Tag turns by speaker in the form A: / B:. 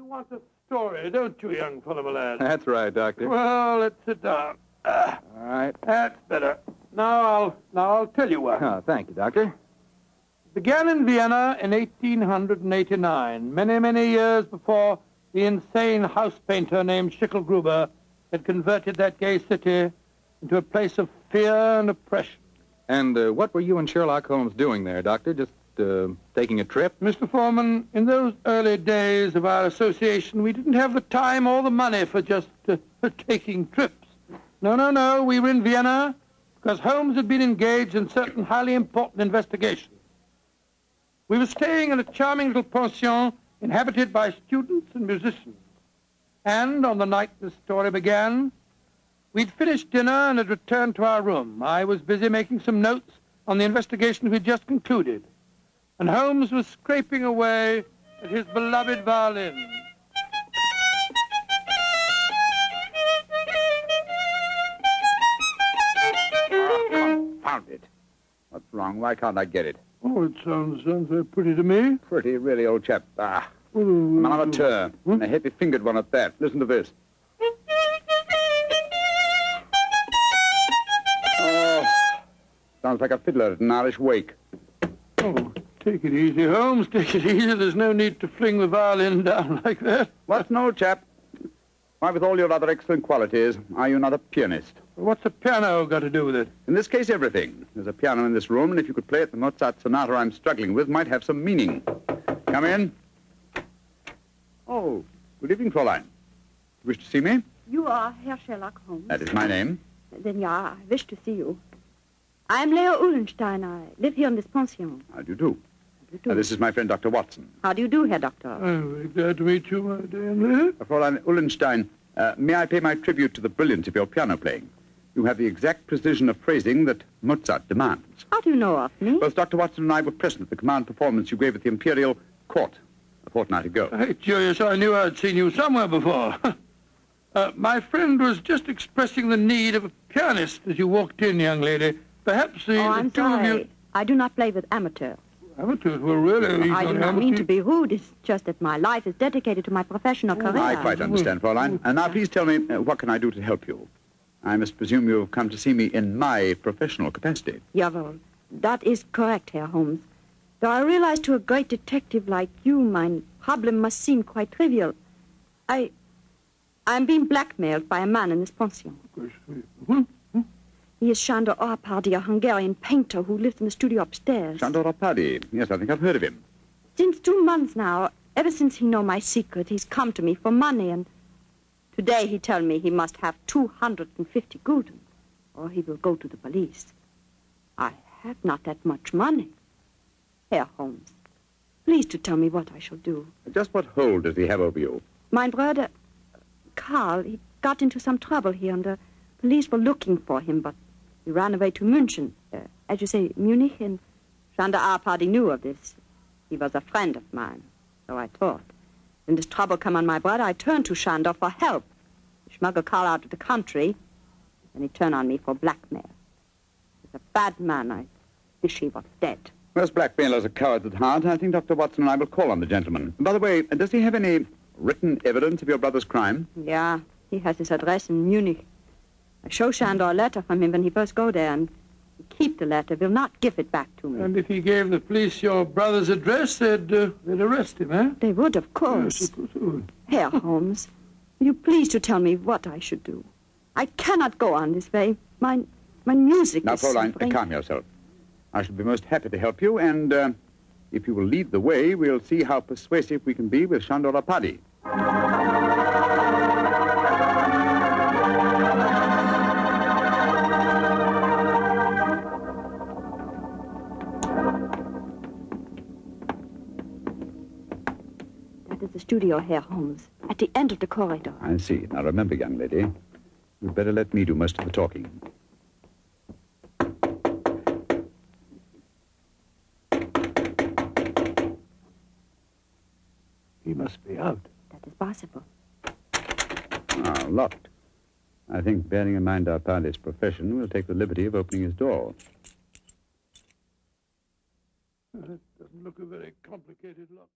A: want a story, don't you, young fellow, my lad?
B: That's right, Doctor.
A: Well, let's sit down. Ah,
B: All right.
A: that's better. Now I'll now I'll tell you what.
B: Oh, thank you, Doctor.
A: Began in Vienna in 1889, many many years before the insane house painter named Schickelgruber had converted that gay city into a place of fear and oppression.
B: And uh, what were you and Sherlock Holmes doing there, Doctor? Just uh, taking a trip?
A: Mr. Foreman, in those early days of our association, we didn't have the time or the money for just uh, for taking trips. No, no, no. We were in Vienna because Holmes had been engaged in certain highly important investigations. We were staying in a charming little pension inhabited by students and musicians. And on the night this story began, we'd finished dinner and had returned to our room. I was busy making some notes on the investigation we'd just concluded and Holmes was scraping away at his beloved violin.
C: Confound it. What's wrong? Why can't I get it?
A: Oh, it sounds sounds very pretty to me. Oh,
C: Pretty, really, old chap. Ah, an amateur.
B: Hmm?
C: And a heavy fingered one at that. Listen to this. Oh, sounds like a fiddler at an Irish wake.
A: Oh, take it easy, Holmes. Take it easy. There's no need to fling the violin down like that.
C: What's an old chap? Why, with all your other excellent qualities, are you not a pianist?
A: What's a piano got to do with it?
C: In this case, everything. There's a piano in this room, and if you could play it, the Mozart sonata I'm struggling with might have some meaning. Come in. Oh, good evening, Fräulein. You wish to see me?
D: You are Herr Sherlock Holmes.
C: That is my name.
D: Then, yeah, I wish to see you. I'm Leo Uhlenstein. I live here in this pension.
C: How do you do?
D: You
C: Uh,
D: do.
C: this is my friend, Dr. Watson.
D: How do you do, Herr Doctor?
A: I'm very glad Oh, to meet you, my dear Emily.
C: Uh, Fräulein Ullenstein, uh, may I pay my tribute to the brilliance of your piano playing? You have the exact precision of phrasing that Mozart demands.
D: How do you know of me?
C: Both Dr. Watson and I were present at the command performance you gave at the Imperial Court a fortnight ago.
A: Hey, Julius, I knew I'd seen you somewhere before. uh, my friend was just expressing the need of a pianist as you walked in, young lady. Perhaps the,
D: oh,
A: the
D: I'm
A: two
D: sorry.
A: of you
D: I do not play with amateurs.
A: amateurs were really.
D: I do not mean to be rude. It's just that my life is dedicated to my professional career.
C: Oh, I quite understand, Fräulein. And now please tell me, uh, what can I do to help you? I must presume you have come to see me in my professional capacity.
D: Jawohl. That is correct, Herr Holmes. Though I realize to a great detective like you, my problem must seem quite trivial. I. I'm being blackmailed by a man in this pension.
A: Hmm?
D: He is Chandor Orpardi, a Hungarian painter who lives in the studio upstairs.
C: Chandor Rapadi. Yes, I think I've heard of him.
D: Since two months now, ever since he know my secret, he's come to me for money, and today he tell me he must have 250 gulden, or he will go to the police. I have not that much money. Herr Holmes, please to tell me what I shall do.
C: Just what hold does he have over you?
D: My brother, Karl, he got into some trouble here, and the police were looking for him, but he ran away to München, uh, as you say, Munich, and Sander Arpadi knew of this. He was a friend of mine, so I thought. When this trouble come on my brother, I turned to Shander for help. He smuggled Karl out of the country, and he turned on me for blackmail. He's a bad man. I wish he was dead.
C: Most blackmailers are cowards at heart. I think Dr. Watson and I will call on the gentleman. By the way, uh, does he have any written evidence of your brother's crime?
D: Yeah, he has his address in Munich. I show Shandor a letter from him when he first go there, and he keep the letter, will not give it back to me.
A: And if he gave the police your brother's address, they'd, uh, they'd arrest him, eh?
D: They would, of course. Herr Holmes, will you please to tell me what I should do? I cannot go on this way. My, my music
C: Now,
D: is
C: Fräulein,
D: suffering.
C: calm yourself. I shall be most happy to help you, and uh, if you will lead the way, we'll see how persuasive we can be with Chandor Rapadi.
D: That is the studio, Herr Holmes, at the end of the corridor.
C: I see. Now remember, young lady, you'd better let me do most of the talking.
A: He must be out.
D: That is possible.
C: Ah, locked. I think, bearing in mind our party's profession, we'll take the liberty of opening his door.
A: Doesn't look a very complicated lock.